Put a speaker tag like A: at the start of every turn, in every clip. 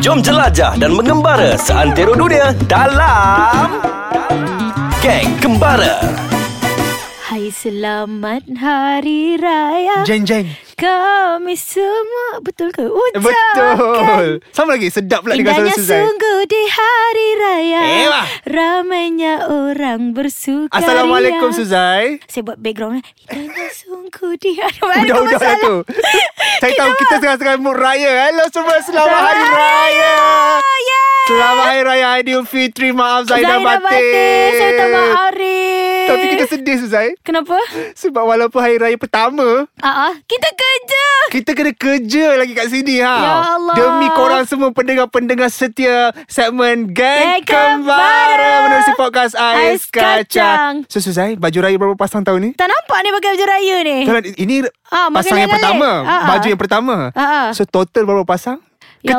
A: Jom jelajah dan mengembara seantero dunia dalam Geng Kembara.
B: Hai selamat hari raya
C: Jeng jeng
B: Kami semua Betul ke? Ucapkan
C: Eh, Betul Sama lagi Sedap pula dengan
B: Indahnya
C: suara Suzai
B: sungguh di hari raya
C: Ewa.
B: Ramainya orang bersukaria
C: Assalamualaikum Suzai
B: Saya buat background eh. Indahnya sungguh di hari
C: Udah udah dah tu Saya tahu kita tengah-tengah mood raya eh. Hello semua Selamat Hari Raya Selamat Hari Raya Aidilfitri Maaf Zainal
B: Zainal
C: batin.
B: Batin Saya tak maaf eh. Arif
C: Tapi kita sedih Suzai
B: Kenapa?
C: Sebab walaupun Hari Raya pertama
B: Ah, ah, Kita kerja
C: kita kena kerja lagi kat sini ha.
B: Ya Allah.
C: Demi korang semua pendengar-pendengar setia segmen Gang
B: Gang Kembara.
C: Kembara menerusi podcast Ais,
B: Ais Kacang.
C: Kacang. So Suzai, baju raya berapa pasang tahun ni?
B: Tak nampak ni pakai baju raya ni
C: Kalau ini
B: Eh. Ah, makin
C: pasang yang
B: lain-lain.
C: pertama,
B: Ah, ah.
C: baju yang pertama.
B: Ah, ah.
C: So total berapa pasang? Ke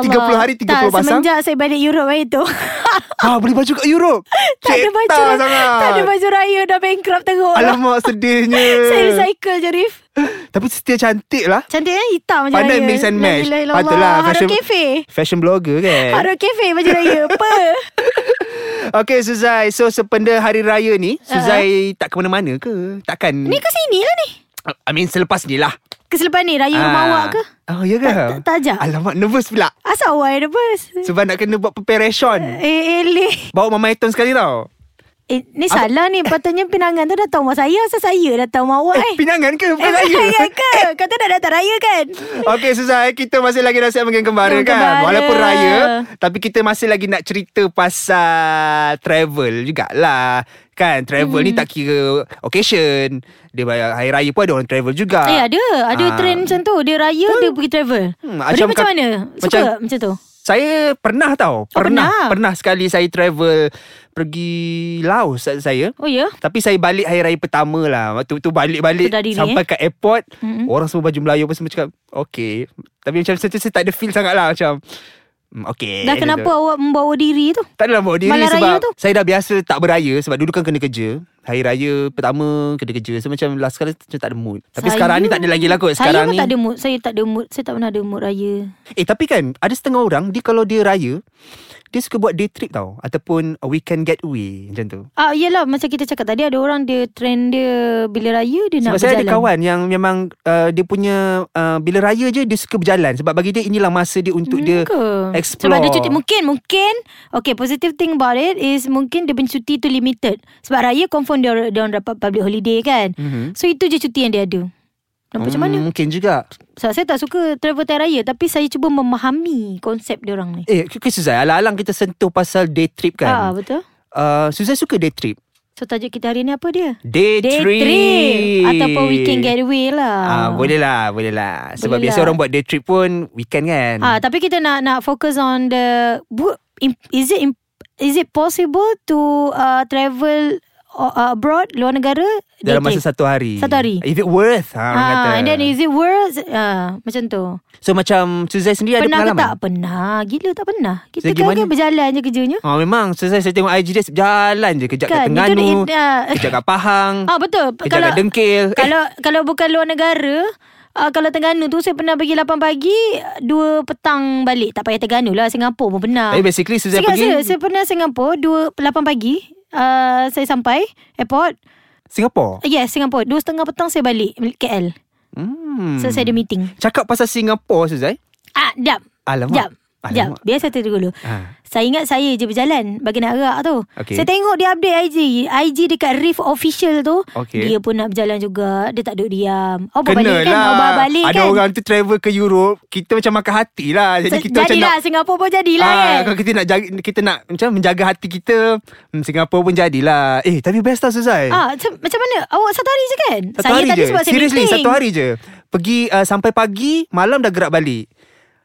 B: Ya Allah.
C: 30 hari 30
B: tak,
C: pasang.
B: Semenjak saya balik Europe hari tu
C: Ah, beli baju kat Europe.
B: Tak ada baju
C: Cetar
B: raya
C: sangat.
B: Tak ada baju raya Dah bankrupt teruk
C: Alamak sedihnya.
B: Saya recycle je Rif
C: Tapi setia cantik lah.
B: Cantik kan hitam macam
C: Pandai
B: raya
C: mix and match.
B: Patutlah Haro
C: fashion
B: Cafe
C: fashion blogger kan.
B: Haro Cafe baju raya Apa
C: Okay Suzai, so sependa hari raya ni, Suzai tak ke mana-mana ke? Takkan
B: Ah, Ni ke sini lah ni
C: I mean selepas ni lah.
B: Keselepas ni Raya rumah
C: Ah.
B: awak Ya, ke
C: Oh, ya ke?
B: Tak- tak- tak ajak?
C: Alamak, nervous pula.
B: Asal awak ada bus
C: Sebab nak kena buat preparation.
B: Eh eleh
C: Bawa Mama Eton sekali tau.
B: Eh ni salah ni Patutnya pinangan tu datang rumah saya Asal saya datang rumah awak eh
C: Pinangan ke? Bukan
B: Eh
C: raya.
B: pinangan ke Kau tak nak datang raya kan
C: Okey Suzai, kita masih lagi nasihat mengenai kembara
B: Mengenai
C: kan.
B: kembara.
C: Walaupun raya, tapi kita masih lagi nak cerita pasal travel jugalah. Kan, travel hmm. ni tak kira occasion. Dia bayar hari raya pun ada orang travel juga.
B: Eh ada Ada
C: Ah.
B: trend macam tu Dia raya dia pergi travel
C: Hmm,
B: Dia
C: macam
B: macam
C: kak-
B: mana Suka
C: macam-
B: macam tu
C: Saya pernah tau.
B: Oh, pernah.
C: pernah. Pernah sekali saya travel pergi Laos saat saya.
B: Oh ya
C: Tapi saya balik hari raya pertama lah Waktu tu balik-balik
B: Sedar diri, eh?
C: Sampai kat airport
B: Mm-mm.
C: mm-hmm. Orang semua baju Melayu pun semua cakap Okay Tapi macam saya, saya tak ada feel sangat lah Macam mm, Okay
B: Dah
C: macam
B: kenapa
C: tu.
B: awak membawa diri tu
C: Tak adalah bawa diri
B: Malam raya
C: sebab
B: tu?
C: Saya dah biasa tak beraya Sebab dulu kan kena kerja Hari raya pertama kena kerja So macam last kali macam tak ada mood Tapi
B: Saya-
C: sekarang ni tak ada lagi lah kot
B: saya
C: Sekarang
B: pun
C: ni
B: tak ada mood Saya tak ada mood Saya tak pernah ada mood raya
C: Eh tapi kan Ada setengah orang Dia kalau dia raya Dia suka buat day trip tau Ataupun a weekend getaway Macam tu
B: Ah, yelah macam kita cakap tadi ada orang dia trend dia bila raya dia nak
C: Sebab saya
B: berjalan.
C: ada kawan yang memang uh, dia punya uh, bila raya je dia suka berjalan sebab bagi dia inilah masa dia untuk hmm, dia
B: ke?
C: explore.
B: Sebab dia cuti mungkin mungkin okay positive thing about it is mungkin dia punya cuti tu limited. Sebab raya confirm dia, dia orang dapat public holiday kan.
C: Mhm.
B: So itu je cuti yang dia ada. Nampak macam mana?
C: Hmm, Mungkin juga.
B: Sebab saya tak suka travel time raya tapi saya cuba memahami konsep dia orang ni.
C: Eh, okay, Suzai, alang-alang kita sentuh pasal day trip
B: Ah,
C: kan.
B: betul.
C: Uh, Suzai suka day trip.
B: So tajuk kita hari ni apa dia?
C: Day,
B: Day
C: trip.
B: trip ataupun weekend getaway lah.
C: Ah, boleh lah, boleh lah. Sebab
B: Boleh
C: biasa
B: lah.
C: orang buat day trip pun weekend kan.
B: Ah, tapi kita nak nak focus on the bu- im- is it im- is it possible to uh, travel o- uh, abroad luar negara
C: dalam
B: Day
C: masa
B: trip?
C: satu hari.
B: Satu hari.
C: Is it worth? Ha, orang kata.
B: Ah, and then is it worth? Ah, macam tu.
C: so macam Suzai sendiri
B: pernah ke
C: ada pengalaman?
B: tak? Pernah. Gila tak pernah. Kita
C: Segi
B: kan,
C: mana?
B: kan berjalan je kerjanya.
C: Ah, memang Suzai saya tengok IG dia jalan je kejap
B: Kan,
C: kat
B: itu
C: Terengganu,
B: dia- ah.
C: kejap kat Pahang.
B: Ah betul.
C: Kejap kat Dengkil. Eh,
B: Kalau kalau bukan luar negara Uh, kalau Terengganu tu Saya pernah pergi 8 pagi 2 petang balik Tak payah Terengganu lah Singapura pun pernah
C: Tapi basically Suzai
B: Singkat
C: pergi
B: saya, saya pernah Singapura dua 8 pagi uh, Saya sampai Airport
C: Singapore.
B: Yes Singapura Dua setengah petang saya balik KL
C: Hmm.
B: So saya ada meeting
C: Cakap pasal Singapore Suzai.
B: Ah, jap
C: Alamak.
B: Jap Jap
C: Alamak.
B: Biar saya tanya dulu
C: Ha.
B: Saya ingat saya je berjalan Bagi nak arak tu
C: Okey.
B: Saya tengok dia update IG IG dekat Reef Official tu
C: Okey.
B: Dia pun nak berjalan juga Dia tak duduk diam Awak
C: Kena
B: balik kan
C: lah
B: Awak balik
C: Ada
B: kan
C: orang tu travel ke Europe Kita macam makan hati lah Jadi
B: So,
C: kita macam
B: Jadilah
C: nak
B: Singapura pun jadilah
C: Ah,
B: kan
C: kalau kita nak jaga, kita nak macam menjaga hati kita hmm, Singapura pun jadilah Eh tapi best tau Suzai
B: Ah, macam, macam mana? Awak satu hari je kan?
C: Satu
B: saya
C: hari
B: tadi
C: je
B: sebab saya
C: Seriously
B: meeting.
C: satu hari je Pergi uh, sampai pagi Malam dah gerak balik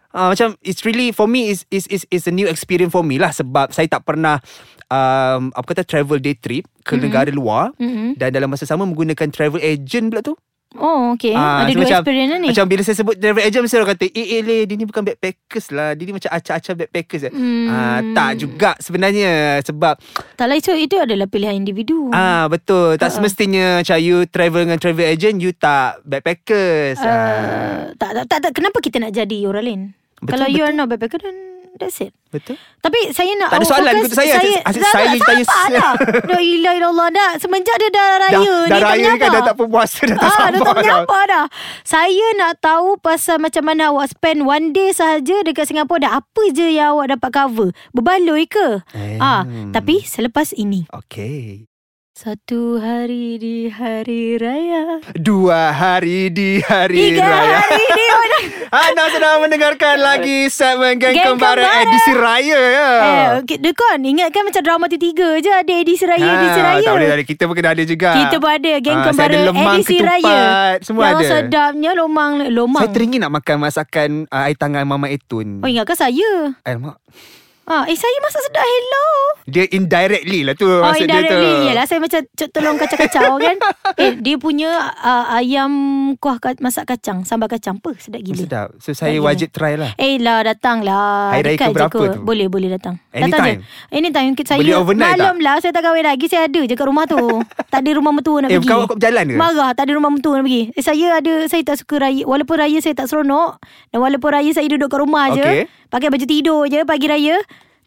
C: Uh, macam it's really for me is is is is a new experience for me lah sebab saya tak pernah um, apa kata travel day trip ke
B: Mhm.
C: mm-hmm. negara luar
B: Mm-mm.
C: mm-hmm. dan dalam masa sama menggunakan travel agent pula tu.
B: Oh, okay.
C: Ah,
B: ada
C: so
B: dua
C: macam,
B: experience lah ni.
C: Macam bila saya sebut travel agent mesti orang kata eh eh leh dia ni bukan backpackers lah dia ni macam acah-acah backpackers.
B: Hmm.
C: Mm. Ah tak juga sebenarnya sebab
B: tak lah, itu, itu adalah pilihan individu.
C: Ah betul tak semestinya macam you travel dengan travel agent you tak backpackers. Uh,
B: Ah, Eh, Uh, tak, tak, tak, tak. Kenapa kita nak jadi orang lain?
C: Betul,
B: Kalau you
C: betul.
B: are not backpacker, then That's it
C: Betul?
B: Tapi saya nak
C: Tak ada
B: awak
C: soalan
B: fokus-
C: ikut saya. Asyik- asyik saya tanya-
B: Sabar lah Dah ilah ilah Allah dah Semenjak dia dah raya ni
C: dah raya
B: menyapa.
C: kan dah tak puasa dah tak
B: Ah,
C: sabar
B: dah tak
C: dah.
B: menyapa dah Saya nak tahu pasal macam mana awak spend one day sahaja dekat Singapura dah Apa je yang awak dapat cover Berbaloi ke?
C: Eh.
B: Ah, tapi selepas ini
C: Okay.
B: Satu hari di hari raya
C: Dua hari di hari
B: Tiga
C: raya.
B: hari di
C: Anda sedang mendengarkan lagi segmen Geng
B: Geng
C: Kembara,
B: Kembara.
C: edisi raya ya.
B: Eh, okay, Dekon ingatkan macam drama tiga je ada edisi raya edisi
C: Ah,
B: raya.
C: Tak boleh, tak boleh. Kita pun kena ada juga.
B: Kita pun ada Geng
C: Ah, saya
B: Kembara
C: ada lemang,
B: edisi
C: ketupat,
B: raya
C: semua
B: Yang
C: ada.
B: sedapnya lomang Lomang
C: Saya teringin nak makan masakan uh, air tangan Mama Etun.
B: Oh ingatkan saya
C: Ay, mak.
B: ah, Eh saya masak sedap Hello
C: Dia indirectly lah tu
B: Oh
C: maksud dia tu.
B: indirectly Yelah saya macam cok Tolong kacau-kacau kan Eh dia punya uh, Ayam Kuah ka- masak kacang Sambal kacang Apa sedap gila
C: Oh, Sedap. So saya
B: gila.
C: wajib try lah.
B: Eh lah datang lah
C: Hari Raya
B: Dekat je
C: keberapa
B: kot.
C: tu?
B: Boleh boleh datang
C: Anytime?
B: Datang je Anytime Saya
C: Boleh overnight tak?
B: Malam lah Saya tak kahwin lagi Saya ada je kat rumah tu Tak ada rumah mentua nak
C: Eh,
B: pergi
C: kawan kau berjalan ke?
B: Marah tak ada rumah mentua nak pergi eh, Saya ada Saya tak suka raya Walaupun raya saya tak seronok Dan walaupun raya saya duduk kat rumah je
C: Okey.
B: Pakai baju tidur je Pagi raya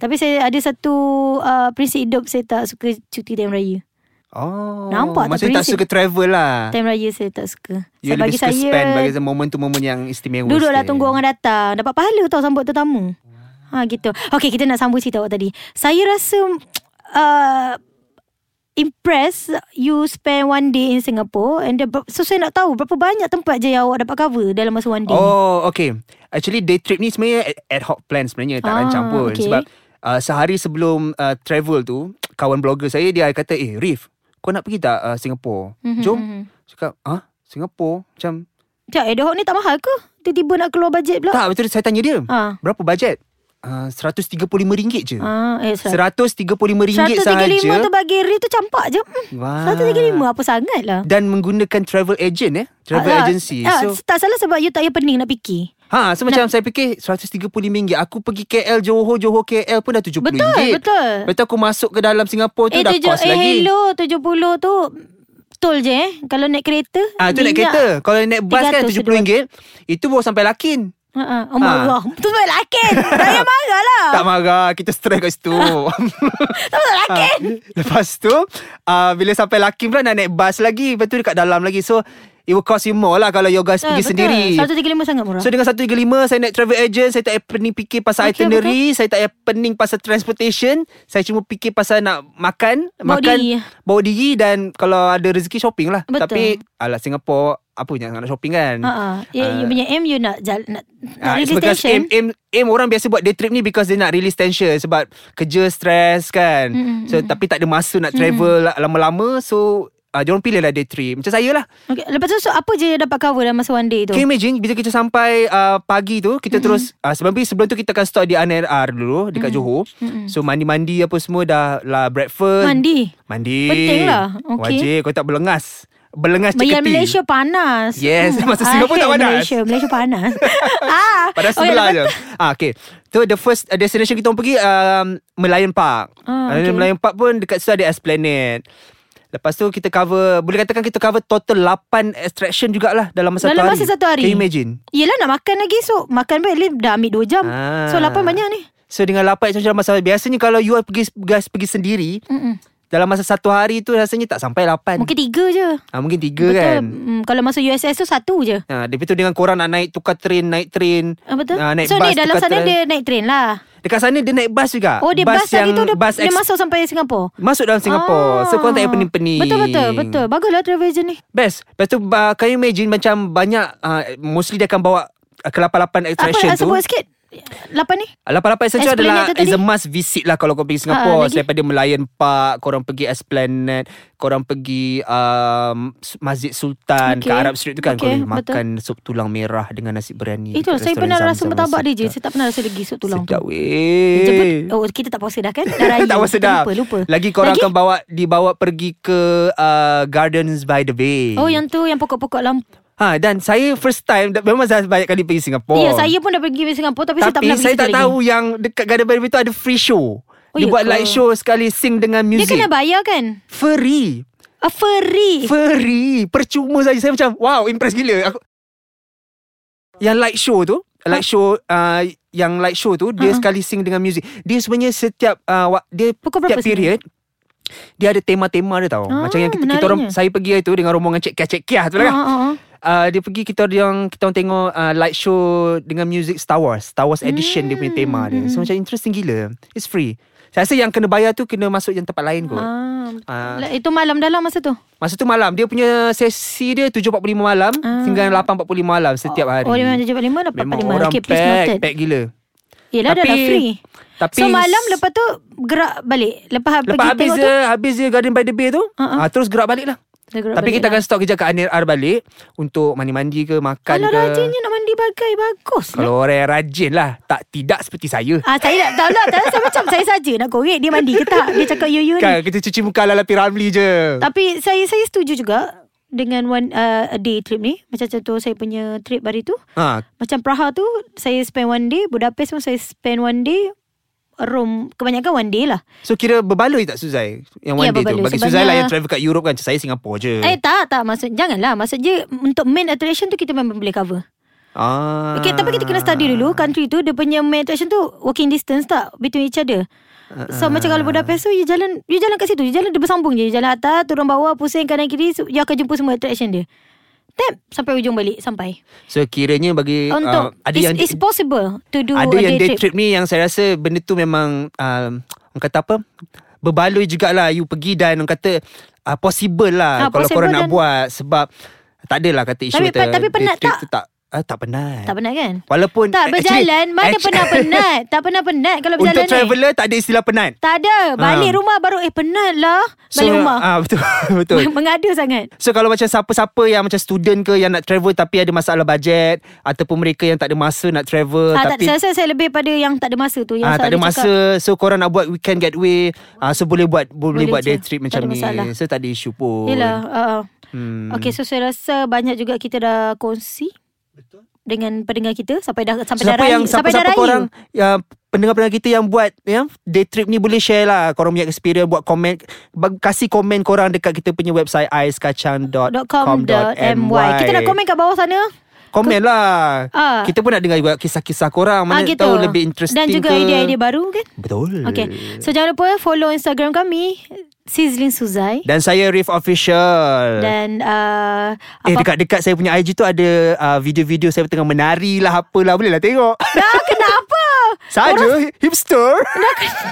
B: tapi saya ada satu uh, prinsip hidup Saya tak suka cuti time raya
C: Oh.
B: Nampak tak
C: Maksudnya tak
B: prinsip?
C: suka travel lah.
B: Time raya saya tak suka Saya
C: You lebih
B: bagi
C: suka
B: saya
C: spend bagi saya momen tu momen yang istimewa.
B: Duduklah
C: sikit.
B: tunggu orang datang Dapat pahala tau sambut tetamu Ha gitu Okay kita nak sambung cerita awak tadi Saya rasa uh, Impressed You spend one day in Singapore And then, ber- So saya nak tahu Berapa banyak tempat je Yang awak dapat cover Dalam masa one day
C: Oh, okay. Actually day trip ni sebenarnya ad- ad hoc plan sebenarnya tak
B: Ah,
C: rancang pun
B: okay.
C: sebab uh, sehari sebelum uh, travel tu kawan blogger saya dia kata, "Eh, Rif, kau nak pergi tak uh, Singapura?"
B: Mhm,
C: Jom.
B: mhm.
C: Cakap, "Ah, Singapura?" Macam
B: Sekejap ad hoc ni tak mahal ke Tiba-tiba nak keluar bajet pula
C: tak betul saya tanya dia.
B: Ah.
C: Berapa bajet? Uh, RM135 je.
B: Ah, eh, seratus-
C: RM135 sahaja.
B: 135 tu bagi Ri tu campak je hmm.
C: Wah.
B: 135 apa sangat lah
C: Dan menggunakan travel agent eh. Travel
B: Ah,
C: agency.
B: ah,
C: So,
B: Tak salah sebab you tak payah pening nak fikir
C: Ha, so macam saya fikir RM135. Aku pergi KL, Johor, Johor KL pun dah RM70.
B: Betul, betul.
C: Betul aku masuk ke dalam Singapura
B: Eh,
C: tu dah
B: tujuh,
C: kos
B: eh,
C: lagi.
B: hello, 70 tu Tol je eh Kalau naik kereta
C: Ah tu naik
B: minyak.
C: kereta. Kalau naik bas kan
B: 300
C: RM70. Itu baru sampai Lakin.
B: Ha, ha. Oh, marah Tu sebab lakin Saya marah lah
C: Ah. Tak marah, kita strike kat situ.
B: Tak pasal lakin
C: Ah. Lepas tu, uh, bila sampai Lakin pula nak naik bas lagi. Lepas tu dekat dalam lagi. So, it will cost you more lah kalau you guys
B: Ah,
C: pergi
B: betul.
C: sendiri.
B: 135 sangat murah
C: So dengan 135 Saya naik travel agent Saya tak payah pening fikir Pasal
B: Okey,
C: itinerary Saya tak payah pening Pasal transportation Saya cuma fikir pasal nak makan
B: Bawa
C: Makan
B: diri.
C: Bawa diri Dan kalau ada rezeki shopping lah
B: Betul.
C: Tapi Alah Singapore Apa yang nak shopping kan
B: Ha, ha. Ya, you punya aim you nak jal, nak, nak
C: Ah, it's
B: release
C: because
B: tension.
C: aim, aim, aim orang biasa buat day trip ni Because dia nak release tension Sebab kerja stress kan mm, So tapi tak ada masa nak travel Lama-lama So uh, Diorang pilih lah day trip Macam saya lah
B: Okay. Lepas tu so, apa je yang dapat cover dalam masa one day tu?
C: Can you imagine Bila kita sampai uh, Pagi tu Kita mm-hmm. terus uh, Sebelum pergi sebelum tu Kita akan stop di ANR dulu Dekat mm-hmm. Johor mm-hmm. So mandi-mandi apa semua Dah lah breakfast
B: Mandi.
C: Mandi
B: Penting lah. Okay.
C: Wajib Kau tak berlengas Berlengas ceketi
B: Yang Malaysia panas.
C: Yes, masa
B: asyik
C: Singapura tak panas.
B: Malaysia, Malaysia panas. ah,
C: Pada
B: okey,
C: sebelah
B: lepas
C: je ah, Okay So the first uh, destination kita orang pergi um, Melayan Park
B: Ah,
C: Dan
B: okay.
C: Melayan Park pun Dekat situ ada Esplanade Lepas tu kita cover Boleh katakan kita cover Total 8 extraction jugalah Dalam masa
B: Dalam
C: satu hari
B: masa satu hari.
C: Can you imagine
B: Yelah nak makan lagi So makan balik Dah ambil 2 jam
C: Ah.
B: So lapan banyak ni
C: So dengan lapan macam masa Biasanya kalau you pergi guys pergi sendiri
B: Mm-mm.
C: Dalam masa satu hari tu rasanya tak sampai lapan
B: Mungkin tiga je
C: ha, mungkin tiga
B: Betul
C: kan
B: mm, Kalau masuk USS tu satu je
C: Ha, lepas tu dengan korang nak naik tukar train, naik train.
B: ah, Betul
C: Ha, naik
B: So
C: bas,
B: dia dalam
C: tukar
B: sana
C: train.
B: Dia naik train lah
C: Dekat sana dia naik bas juga.
B: Oh dia bas, lagi
C: yang-
B: tu Dia,
C: bas
B: dia
C: ex-
B: masuk sampai Singapura
C: masuk dalam Singapura. So korang tak payah pening-pening.
B: Betul-betul betul. Baguslah travel agent ni
C: Best. Lepas tu uh, can you imagine macam banyak uh, mostly dia akan bawa uh, ke 88
B: Apa ah,
C: attraction tu. Hmm,
B: sebut sikit Lapan ni
C: 88
B: Esplanade
C: Essential adalah
B: tu tadi?
C: is a must visit lah kalau kau
B: Ah,
C: pergi Singapura.
B: lagi?
C: Daripada Melayan Park, korang pergi Esplanade, korang pergi um, S- Masjid Sultan,
B: Okay.
C: okay. ke Arab Street tu kan.
B: Okay,
C: Okay. Korang
B: betul.
C: makan sup tulang merah dengan nasi biryani.
B: Itu saya pernah rasa Mertabak dia je Saya tak pernah rasa lagi Sup tulang
C: Sedap
B: tu
C: weh.
B: Jemput, oh, kita tak puasa dah kan Dah raya
C: tak puasa
B: Kita
C: dah.
B: Lupa, lupa.
C: Lagi korang akan bawa dibawa pergi ke uh, Gardens by the Bay.
B: Oh yang tu Yang pokok-pokok lampu
C: Ha dan saya first time dah- memang saya banyak kali pergi Singapura.
B: Ya saya pun dah pergi Singapura Tapi, saya tak
C: Tapi
B: pernah pergi
C: saya
B: situ
C: tak
B: lagi.
C: tahu yang dekat Garden by the Bay tu ada free show.
B: Oh, ya
C: dia buat
B: ke?
C: live show sekali sing dengan
B: Dia
C: music.
B: kena Eh. bayar kan
C: free.
B: A furry
C: Free. Percuma saja saya macam wow impress gila. Aku yang light show tu light show uh, yang light show tu
B: Uh-huh.
C: dia sekali sing dengan music. Dia sebenarnya setiap uh, wa- dia
B: Pukul berapa
C: setiap
B: sini?
C: period dia ada tema-tema dia tau.
B: Ah,
C: Macam yang kita, kita orang
B: menariknya.
C: saya pergi itu dengan rombongan Cik Kia Cik Kia tu lah kan.
B: Ah, ah, ah.
C: Uh, dia pergi kita orang kita orang tengok uh, light show dengan music Star Wars, Star Wars edition dia punya tema dia.
B: Hmm.
C: So macam interesting gila. It's free. Saya rasa yang kena bayar tu kena masuk yang tempat lain kot.
B: Ah,
C: Ah.
B: betul. Itu malam dalam masa tu.
C: Masa tu malam Dia punya sesi dia 7.45 malam
B: Ah.
C: Sehingga 8.45 malam Setiap hari
B: Oh, dia memang 7.45, 8.45.
C: Memang orang
B: Okay, please noted.
C: pack Pack gila
B: Yelah dah, dah
C: Tapi-
B: free.
C: tapi-
B: so malam lepas tu gerak balik. Lepas, ha-
C: Lepas
B: pergi
C: habis
B: tengok
C: dia Habis dia Garden by the Bay tu
B: Ah, ah.
C: ah, Terus gerak balik lah
B: tu. gerak
C: Tapi
B: balik
C: kita
B: lah.
C: akan stop kerja kat Anir R balik Untuk mandi-mandi ke Makan
B: Kalau
C: ke
B: rajinnya nak mandi bagai bagus. lah.
C: Kalau orang yang rajin lah Tak tidak seperti saya
B: Ah saya tak tahu lah tak, Saya macam saya saja nak korek Dia mandi ke tak Dia cakap you you ni
C: Kan kita cuci muka ala Lapi Ramli je
B: Tapi saya saya setuju juga Dengan one uh, a day trip ni Macam contoh saya punya trip hari tu
C: ha,
B: Macam Praha tu Saya spend one day Budapest pun saya spend one day Rome Kebanyakan one day lah
C: So kira berbaloi tak Suzai Yang one
B: Ya,
C: day tu
B: berbaloi
C: Bagi Suzai lah
B: sebanyak-
C: yang travel kat Europe kan Saya Singapura je
B: Eh tak tak maksud Janganlah Maksud je Untuk main attraction tu Kita memang boleh cover
C: ah.
B: Okay, tapi kita kena study dulu country tu dia punya main attraction tu walking distance tak between each other.
C: Ah,
B: So macam kalau Budapest tu you jalan you jalan kat situ, you jalan dia bersambung je, you jalan atas, turun bawah, pusing kanan kiri, so, you akan jumpa semua attraction dia. Tap sampai ujung balik sampai.
C: So kiranya bagi
B: Oh, Untuk
C: ah, Ada
B: it's,
C: yang
B: it's possible to do
C: ada
B: a
C: yang
B: day
C: day trip. ni yang saya rasa benda tu memang um, orang kata apa berbaloi jugalah you pergi dan orang kata uh, possible
B: Ah,
C: lah ha, kalau
B: possible
C: korang nak
B: dan-
C: buat sebab tak adalah kata isu
B: Tapi
C: kata,
B: pe- tapi
C: day
B: penat
C: trip
B: tak?
C: tu tak uh, tak penat
B: Tak penat kan?
C: walaupun
B: tak
C: actually-
B: berjalan, mana
C: actually-
B: pernah penat? Tak pernah penat kalau berjalan ni.
C: untuk traveller tak ada istilah penat
B: Tak ada. Balik
C: Ah.
B: rumah baru eh penat lah. Balik rumah.
C: ah, betul betul
B: Mengada sangat.
C: So kalau macam siapa-siapa yang macam student ke yang nak travel tapi ada masalah bajet ataupun mereka yang tak ada masa nak travel
B: Ah, tak,
C: tapi
B: saya rasa saya lebih pada yang tak ada masa tu. Yang
C: Ah, tak ada
B: selalu cakap.
C: masa So korang nak buat weekend getaway ah, So boleh buat Boleh,
B: Boleh
C: buat
B: je.
C: day trip
B: Tak
C: macam
B: ada
C: ni
B: masalah.
C: So tak ada isu pun
B: Yelah uh, hmm.
C: Hmm.
B: Okay so saya rasa Banyak juga kita dah kongsi Betul Dengan pendengar kita Sampai dah Sampai
C: Siapa
B: dah
C: yang
B: raya Sampai dah
C: Siapa-siapa
B: raya
C: korang yang Pendengar-pendengar kita yang buat ya, Day trip ni boleh share lah Korang punya experience Buat komen bag- Kasih komen korang Dekat kita punya website
B: .com.my
C: Aiskacang.com.my
B: Kita nak komen kat bawah sana
C: Komen lah
B: Ah.
C: Kita pun nak dengar juga Kisah-kisah korang
B: Ah,
C: Mana tahu lebih interesting
B: Dan juga
C: ke Hmm.
B: idea-idea baru kan
C: Betul
B: Okay So jangan lupa Follow Instagram kami Sizzling Suzai
C: Dan saya Riff Official
B: Dan uh,
C: Eh
B: apa-
C: dekat-dekat saya punya IG tu ada uh, video-video saya tengah menari lah apalah boleh lah tengok.
B: Dah kena apa
C: Saja hipster.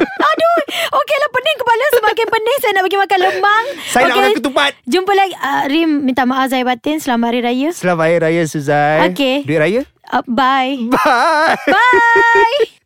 B: Aduh Okeylah pening kepala Semakin pening Saya nak bagi makan lemang
C: Saya
B: Okey.
C: nak makan ketupat.
B: Jumpa lagi uh, Rim minta maaf Zai Batin Selamat Hari Raya
C: Selamat Hari Raya Suzai.
B: Okey.
C: Duit Raya.
B: uh, Bye
C: Bye.
B: Bye